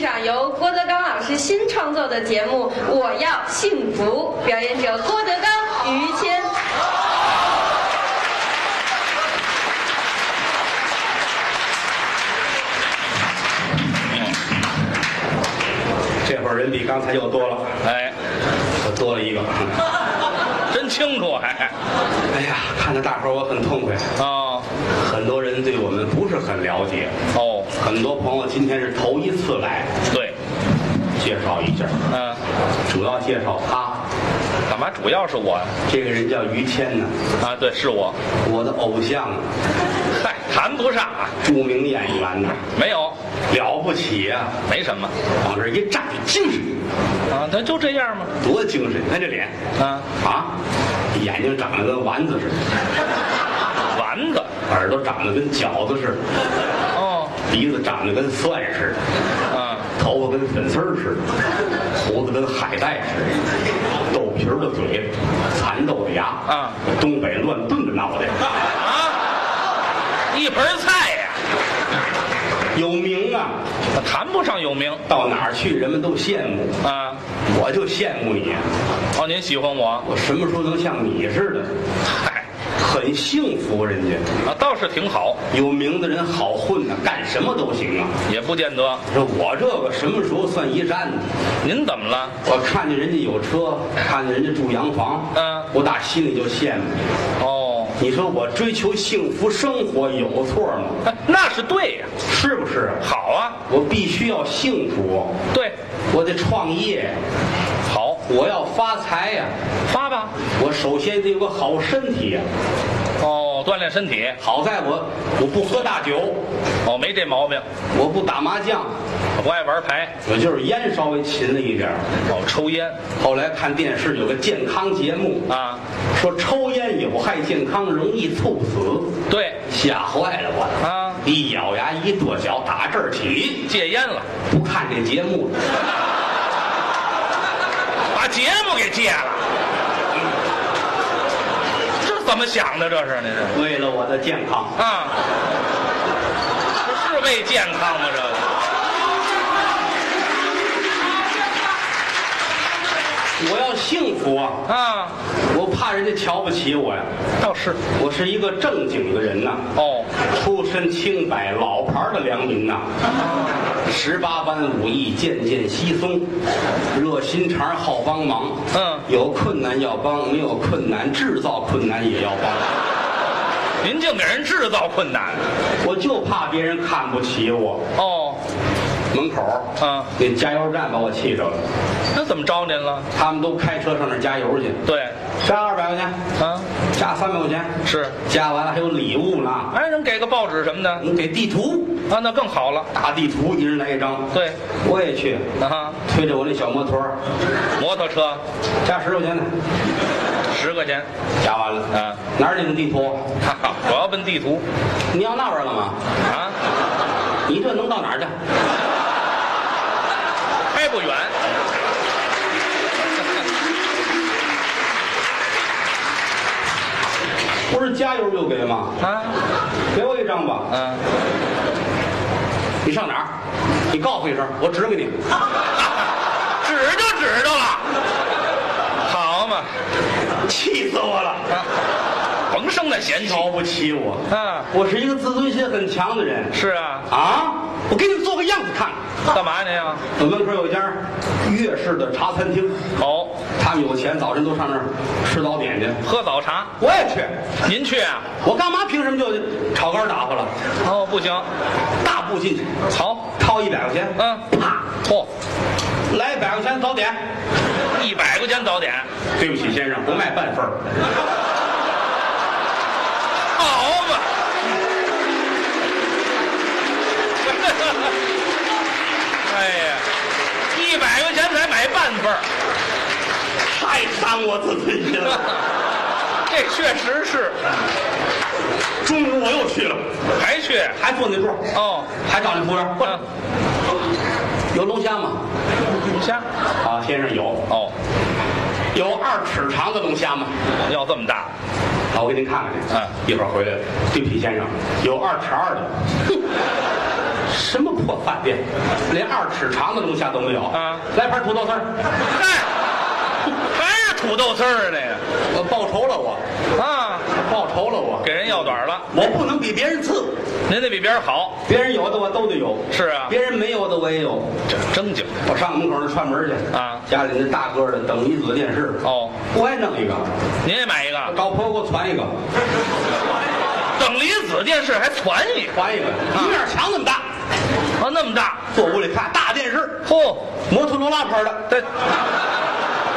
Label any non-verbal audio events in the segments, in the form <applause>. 赏由郭德纲老师新创作的节目《我要幸福》，表演者郭德纲、于谦。嗯这会儿人比刚才又多了，哎，又多了一个。真清楚还哎呀，看着大伙儿我很痛快，哦很多人对我们不是很了解，哦，很多朋友今天是头一次来，对，介绍一下，嗯、主要介绍他，干嘛主要是我这个人叫于谦呢，啊？对，是我。我的偶像啊，嗨，谈不上啊，著名演员呐，没有，了不起呀、没什么往这儿一站，精神，啊，那就这样嘛。多精神！看这脸啊，啊，眼睛长得跟丸子似的，丸子耳朵长得跟饺子似的，哦，鼻子长得跟蒜似的。啊，头发跟粉丝儿似的，胡子跟海带似的，豆皮儿的嘴，蚕豆的牙，啊，东北乱炖的脑袋，啊，一盆菜呀、有名啊！谈不上有名到哪儿去人们都羡慕，啊。我就羡慕你，哦，您喜欢我？我什么时候能像你似的？嗨，很幸福，人家啊，倒是挺好，有名的人好混呐、干什么都行啊！也不见得。你说我这个什么时候算一站呢？您怎么了？我看见人家有车，看见人家住洋房，嗯我打心里就羡慕。哦，你说我追求幸福生活有错吗？哎那是对呀、是不是？好啊，我必须要幸福，对，我得创业，好，我要发财呀、发吧。我首先得有个好身体呀、哦，锻炼身体。好在我我不喝大酒，哦，没这毛病，我不打麻将，我不爱玩牌。我就是烟稍微勤了一点儿。哦，抽烟后来看电视有个健康节目，啊，说抽烟有害健康，容易猝死，对，吓坏了我了啊一咬牙一跺脚，打这儿起戒烟了，不看这节目了。把节目给戒了。这怎么想的？这是您这为了我的健康，啊？这是为健康吗？这个我要幸福啊！啊，我怕人家瞧不起我呀、倒是我是一个正经的人呐、哦，出身清白，老牌的良民呐、十八般武艺渐渐稀松，热心肠好帮忙。嗯有困难要帮，没有困难制造困难也要帮。您净给人制造困难我就怕别人看不起我。哦。门口啊，那加油站把我气着了，那怎么着您了？他们都开车上那儿加油去，对加二百块钱，啊，加三百块钱，是加完了还有礼物呢。哎，人给个报纸什么的你给地图，啊，那更好了。大地图，一人来一张。对我也去，啊，推着我那小摩托儿，摩托车加十块钱的，十块钱，加完了。啊哪儿有地图？哈哈，我要奔地图你要那玩意儿干嘛？啊，你这能到哪儿去？开不远。 <laughs> 不是加油就给吗？啊，给我一张吧。嗯，你上哪儿？你告诉我一声，我指给你。指着指着了，好嘛，气死我了！啊，甭生那嫌弃瞧不起我，啊，我是一个自尊心很强的人是啊，啊！我给你们做个样子看看。干嘛您呀？啊我门口有一家粤式的茶餐厅，哦，他们有钱，早晨都上那儿吃早点去。喝早茶，我也去，您去啊？我干嘛凭什么就炒肝打发了？哦，不行，大步进去，好，掏一百块钱，嗯，啪，嚯、来百块钱早点。一百块钱早点，对不起，先生，不卖半份儿。好嘛。 <laughs> 哎呀，一百块钱才买半份儿，太伤我自尊心了。这确实是，中午我又去了，还去还坐那桌，哦，还找那服务员。过来啊，有龙虾吗？龙虾啊，先生有，哦，有二尺长的龙虾吗？要这么大，好，我给您看看去。嗯一会儿回来了。对不起，先生，有二尺二的。哼，什么破饭？别，连二尺长的龙虾都没有啊！来盘土豆丝儿，嗨，还是土豆丝儿的呀？我报仇了我，啊，报仇了我，给人要短了，我不能比别人次，您得比别人好。别人有的我都得有，是啊，别人没有的我也有。这正经我上门口那串门去啊家里那大个儿的等离子电视，哦，我也弄一个，您也买一个高坡给我传一个，等离子电视还传一个传一个，一面墙那么大，啊，那么大，坐屋里看大电视，嚯，摩托罗拉牌的，这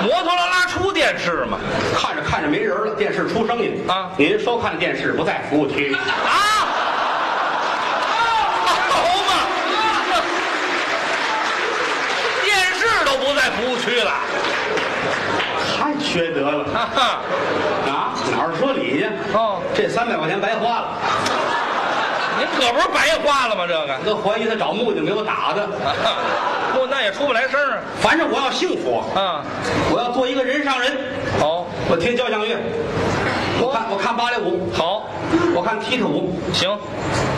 摩托罗拉出电视嘛？看着看着没人了，电视出声音啊您收看的电视不在服务区。啊，好嘛，电视都不在服务区了，太缺德了哈哈，啊！哪儿说理去？哦，这三百块钱白花了，您可不是白花了吗？这个。我都怀疑他找木匠给我打的。啊不，那也出不来声儿反正我要幸福，啊。啊，我要做一个人上人。好，我听交响乐，我看我看芭蕾舞，好，我看踢踏舞，行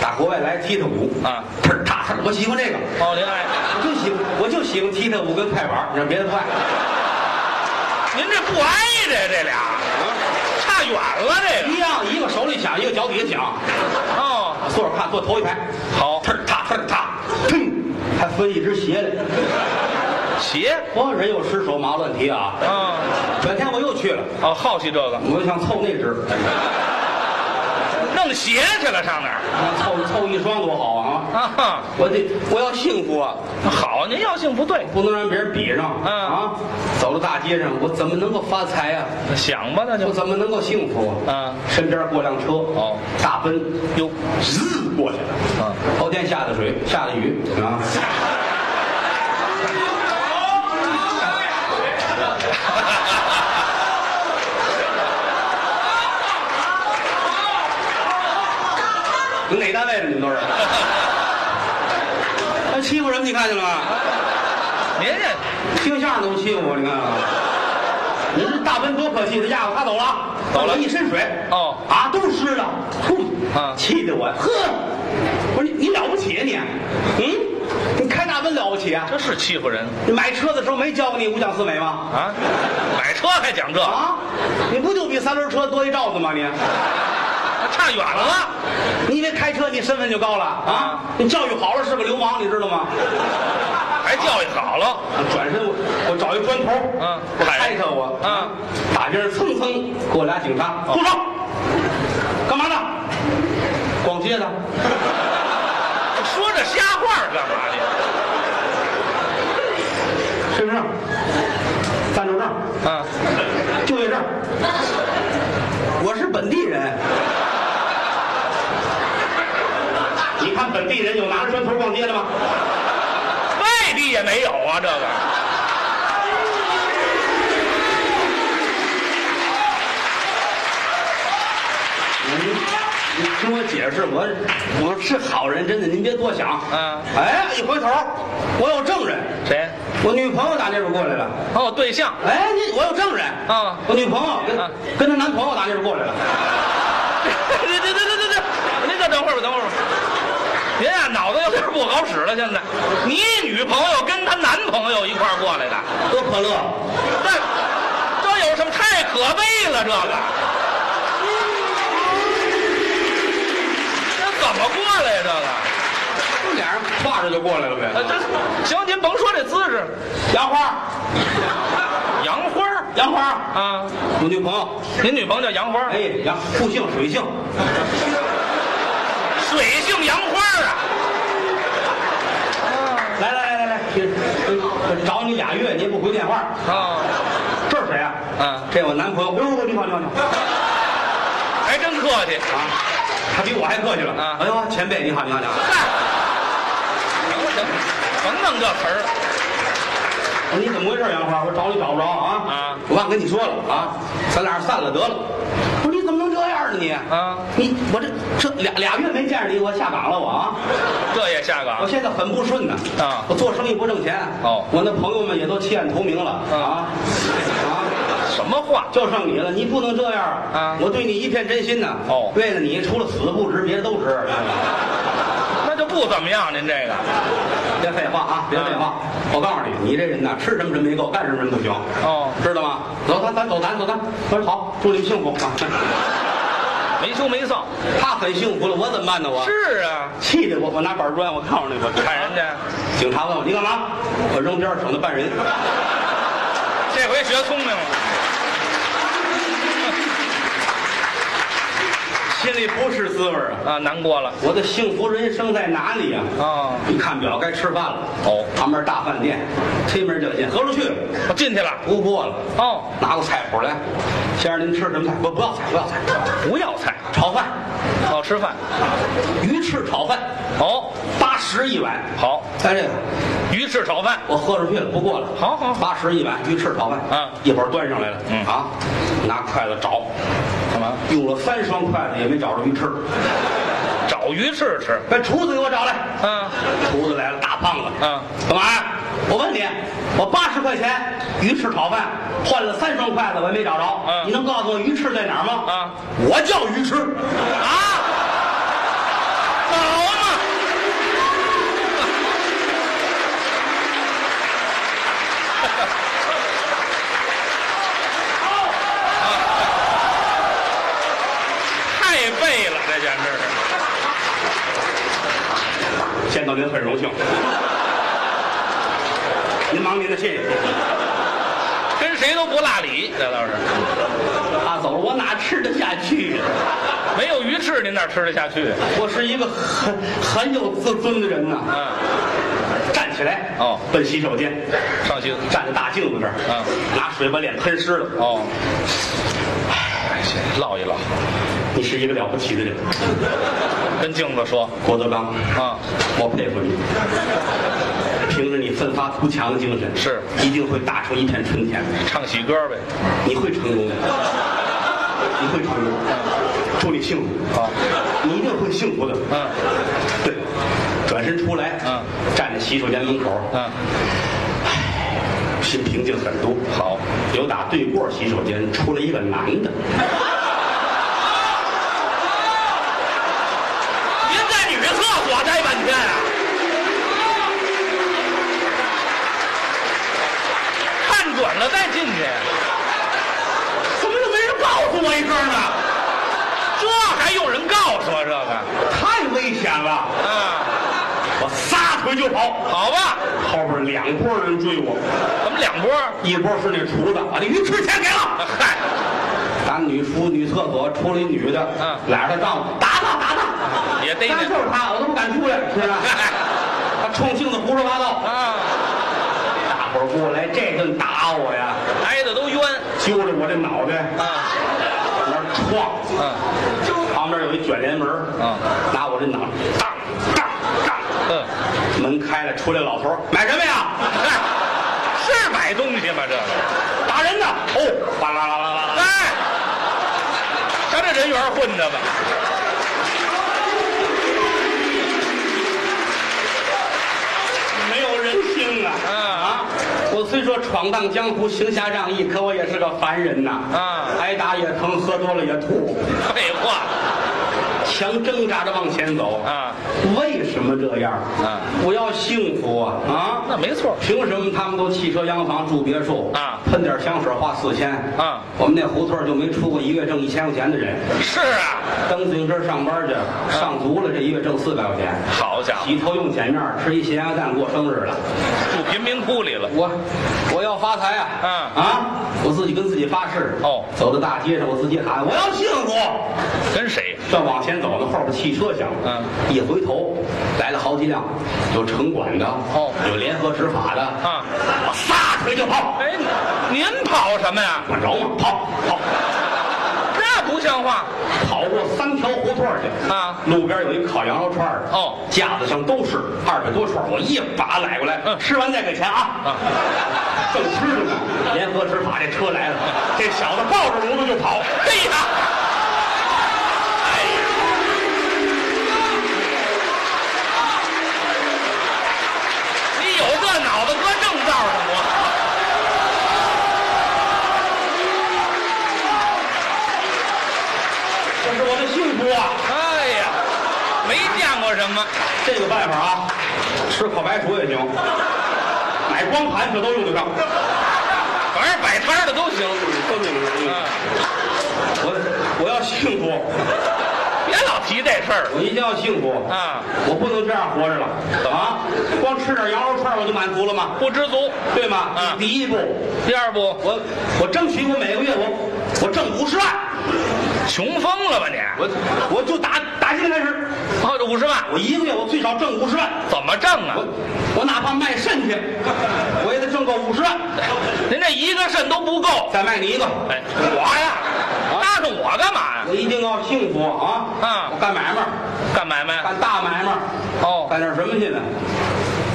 打国外来踢踏舞，啊。呲儿踏踏，我喜欢这个，哦，您爱，我就喜我就喜欢踢踏舞跟快板，你让别的快，您这不挨着呀这俩，差远了这个。啊一样一个手里响，一个脚底下响，哦，坐着看，坐头一排，好呲，儿踏呲儿踏，砰，还分一只鞋来。鞋哦，人有失手，马乱踢啊！啊，转天我又去了，哦，好奇这个，我想凑那只，弄鞋去了，上哪儿？凑凑一双多好啊！啊哈，我得我要幸福啊，好，您要幸福对，不能让别人比上。嗯啊，走到大街上，我怎么能够发财啊？想吧，那我就怎么能够幸福啊？啊，身边过辆车，哦，大奔，哟，日过去了。啊，头哦天下的水，下的雨啊，你哪单位的？你们都是？还哎欺负人？你看见了吗？您这听相声都欺负我，你看 <laughs> 啊！你这大奔多可气，他压过他走了，走了一身水，哦啊，都是湿的，哼，啊气得我，呵，我说你你了不起啊你，嗯，你开大奔了不起啊？这是欺负人你买车的时候没教过你五讲四美吗？啊！买车还讲这，啊，你不就比三轮车多一罩子吗你？差远了。你以为开车你身份就高了啊啊？你教育好了是个流氓，你知道吗？还教育好了，我啊转身我我找一砖头，嗯我拍他我，嗯，打边上蹭蹭过俩警察，住手！干嘛呢？逛街的，说这瞎话干嘛呢？身份证、暂住证、啊，就业证，我是本地人。你看本地人有拿着砖头逛街的吗？外地也没有啊，这个您您嗯听我解释，我我是好人，真的，您别多想。嗯哎，一回头，我有证人，谁？我女朋友打那边过来了。哦，对象 <laughs> 哎，你我有证人啊我女朋友跟、啊跟她男朋友打那边过来了。对对对对对对，您这等会儿吧，等会儿吧。您啊，脑子有点不好使了。现在，你女朋友跟她男朋友一块儿过来的，多可乐！这 <laughs> 这有什么太可悲了？这个，这怎么过来呀、俩人挎着就过来了这个，呃，呗。这行，您甭说这姿势，杨花，杨花儿杨花，啊，我女朋友。您女朋友叫杨花儿，哎，杨复姓水姓，水性杨花儿啊。来来来来来，这找你俩月你也不回电话，哦，这是谁啊？嗯这我男朋友。哎呦，你好你好你好还真客气。啊！他比我还客气了。啊哎呦，前辈你好你好你好。嗨，行了行了，甭弄这词儿。我哦说你怎么回事，杨花？我找你找不着啊！啊我忘跟你说了啊，咱俩散了得了。我说你怎么能这样呢你？啊，你我这这俩俩月没见着你，我下岗了我啊！这也下我岗现在很不顺呢啊我做生意不挣钱哦我那朋友们也都弃暗投明了嗯啊啊！什么话？就剩你了，你不能这样啊我对你一片真心呐。哦为了你，除了死不值，别的都值。那就不怎么样，您这个 <laughs> 别废话啊，别废话！我告诉你，你这人呐，吃什么人没够，干什么人不行。哦知道吗？走，咱咱走，咱走，咱走，好，祝你们幸福啊！没羞没臊。他很幸福了，我怎么办呢？我是啊，气的我，我拿板砖，我告诉你，我看人家，警察问我你干嘛？我扔边儿，省得绊人。这回学聪明了，心里不是滋味儿啊！啊，难过了。我的幸福人生在哪里啊？哦一看表，该吃饭了。哦旁边大饭店，推门就进，合着去了，我进去了。不过了。哦，拿过菜谱来，先生您吃什么菜？不不要菜，不要菜，不要菜，炒饭，哦，吃饭。鱼翅炒饭，哦，八十一碗。好，哎，这个鱼翅炒饭。我喝出去了，不过了。好好好八十一碗鱼翅炒饭。嗯一会儿端上来了。嗯啊，拿筷子找，干嘛？用了三双筷子也没找着鱼翅。找鱼翅吃。把厨子给我找来。啊，厨子来了，大胖子。嗯干嘛呀？我问你，我八十块钱鱼翅炒饭换了三双筷子，我也没找着。嗯你能告诉我鱼翅在哪儿吗？啊，我叫鱼翅。啊， <laughs> 好啊嘛。太背了，这简直是。见到您很荣幸。 <laughs> 您忙您的，谢谢。跟谁都不落礼，这倒是。他啊走了，我哪吃得下去呀？没有鱼翅，您哪吃得下去？我是一个很很有自尊的人呐、嗯，站起来，哦奔洗手间，上去。站在大镜子这儿，嗯拿水把脸喷湿了。哦，哎，先唠一唠，你是一个了不起的人，跟镜子说郭德纲，啊，我佩服你。凭着你奋发图强的精神，是一定会打出一片春天的。唱喜歌呗。你会成功的，你会成功的。祝你幸福，好，你一定会幸福的。啊嗯对，转身出来，嗯，站在洗手间门口，嗯，心平静很多。好，有打对过洗手间出来一个男的，您在女厕所待半天啊？看准了再进去，怎么就没人告诉我一声呢？这还有人告诉我这个太危险了！啊？我撒腿就跑，好吧，后边两拨人追我，咱们两波。啊一波是那厨子，把那鱼翅钱给了。嗨，打女厨女厕所出来一女的，嗯俩人她丈夫打他打他，也逮当见然就是他，我都不敢出来，是 <laughs> 吧？他冲性子胡说八道，啊，大伙儿过来这顿打我呀，挨的都冤揪着我这脑袋啊。往那儿撞。嗯旁边有一卷帘门，嗯，拿我这脑当当当，嗯，门开了，出来老头儿买什么呀？嗨，是买东西吗？这个，打人呢！哦，哗啦啦啦啦啦，哎，瞧这人缘混的吧？没有人性啊！嗯啊，我虽说闯荡江湖，行侠仗义，可我也是个凡人呐。啊挨打也疼，喝多了也吐，废话，强挣扎着往前走啊！为什么这样？啊，我要幸福啊！啊，那没错。凭什么他们都汽车洋房住别墅啊喷点香水花四千啊？我们那胡同就没出过一月挣一千块钱的人，是啊，蹬自行车上班去，上足了这一月挣四百块钱，好家伙，洗头用碱面儿，吃一咸鸭蛋过生日了。住贫民窟里了。我我要发财啊！嗯啊！我自己跟自己发誓哦走到大街上我自己喊我要幸福。跟谁？正往前走呢，后边汽车响，嗯，一回头来了好几辆，有城管的，哦有联合执法的，啊我撒腿就跑。哎，您跑什么呀？我饶吗？跑跑那不像话。跑过三条胡同去啊！路边有一烤羊肉串儿的哦架子上都是二百多串儿，我一把揽过来，嗯吃完再给钱啊！啊，正吃着呢，联合执法这车来了，这小子抱着炉子就跑，嗯哎呀，哎呀，你有这脑子搁正道上我。这是我的幸福啊！啊哎呀，没见过什么吗？这个办法啊，吃烤白薯也行，买光盘这都用得上，嗯反正摆摊儿的都行。都用得上。啊，我我要幸福，别老提这事儿我一定要幸福！啊，我不能这样活着了啊！光吃点羊肉串我就满足了吗？不知足。对吗？嗯第一步，第二步，我我争取我每个月我我挣五十万，穷疯了吧你？我我就打打今天开始，哦，这五十万我一个月我最少挣五十万，怎么挣啊我？我哪怕卖肾去，我也得挣够五十万，您这一个肾都不够。再卖你一个，哎，我呀，搭上我干嘛呀？我一定要幸福啊！嗯我干买卖，干买卖？啊干大买卖，哎哦，干点什么去呢？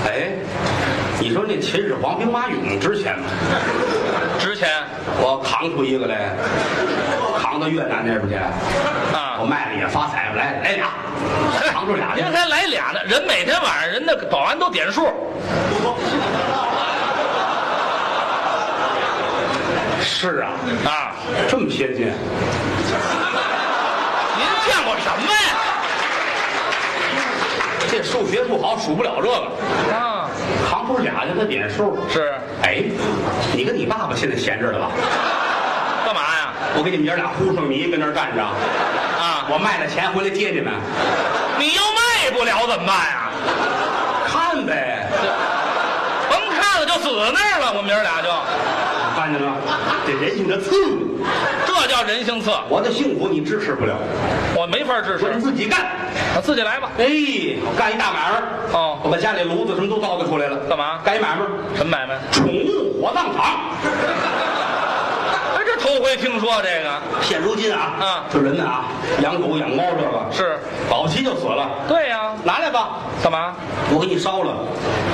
哎，你说那秦始皇兵马俑值钱吗？值钱我扛出一个来，扛到越南那边去，我啊！卖了也发财，来来俩，扛出俩去您。还来俩呢？人每天晚上人的保安都点数，是啊，啊，这么先您进，见过什么呀？这数学不好，数不了这个，啊，扛出俩去，他点数。是哎，你跟你爸爸现在闲着了吧？干嘛呀？我给你们爷俩糊上泥，跟那儿站着，啊，我卖了钱回来接你们，你要卖不了怎么办呀？看呗。甭看了，就死那儿了。我们爷儿俩就，看见了，这人性的刺激，这叫人性侧，我的幸福你支持不了，我没法支我得持，自己干。我自己来吧。哎，我干一大买卖，哦我把家里炉子什么都倒腾出来了，干嘛干一买卖，什么买卖？宠物火葬场。 <laughs> 哎，这头回听说这个。现如今啊，嗯这人呢啊，养狗养猫这个是保不齐就死了，对呀、拿来吧，干嘛？我给你烧了，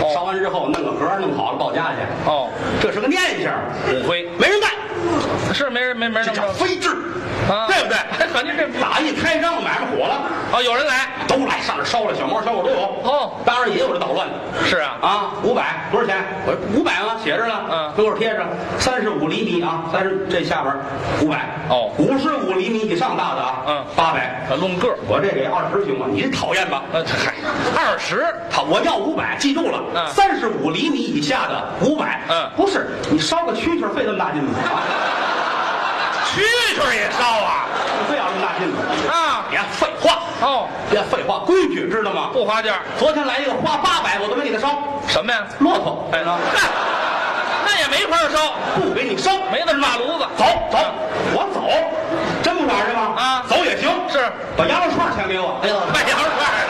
哦烧完之后弄个盒儿弄好了抱家去，哦，这是个念想，骨灰嗯没人干，是没人没没这人弄叫着非制，啊对不对？哎，反正这打一开张买卖火了，哦，有人来都来上这烧了，小猫小狗都有，哦，当然也有这捣乱的。是啊啊，五百多少钱？我说五百吗？写着呢，嗯门口贴着，三十五厘米啊，三十这下边五百哦五十五厘米以上大的啊，嗯八百。啊，论个儿，我这给二十行吗？你讨厌吧？呃，嗨，二十他我要五百，记住了，嗯三十五厘米以下的五百。嗯不是你烧个蛐蛐儿费那么大劲吗？啊，蛐 <laughs> 蛐也烧啊你非要那么大劲吗？啊别废话，哦，别废话，规矩知道吗？不花价，昨天来一个花八百，我都没给他烧，什么呀？骆驼哎，那 <laughs> 那也没法烧，不给你烧，没那么大炉子，走走，我走，真不拿去吗？啊走也行。是把羊肉串儿钱给我。哎呦，卖羊肉串儿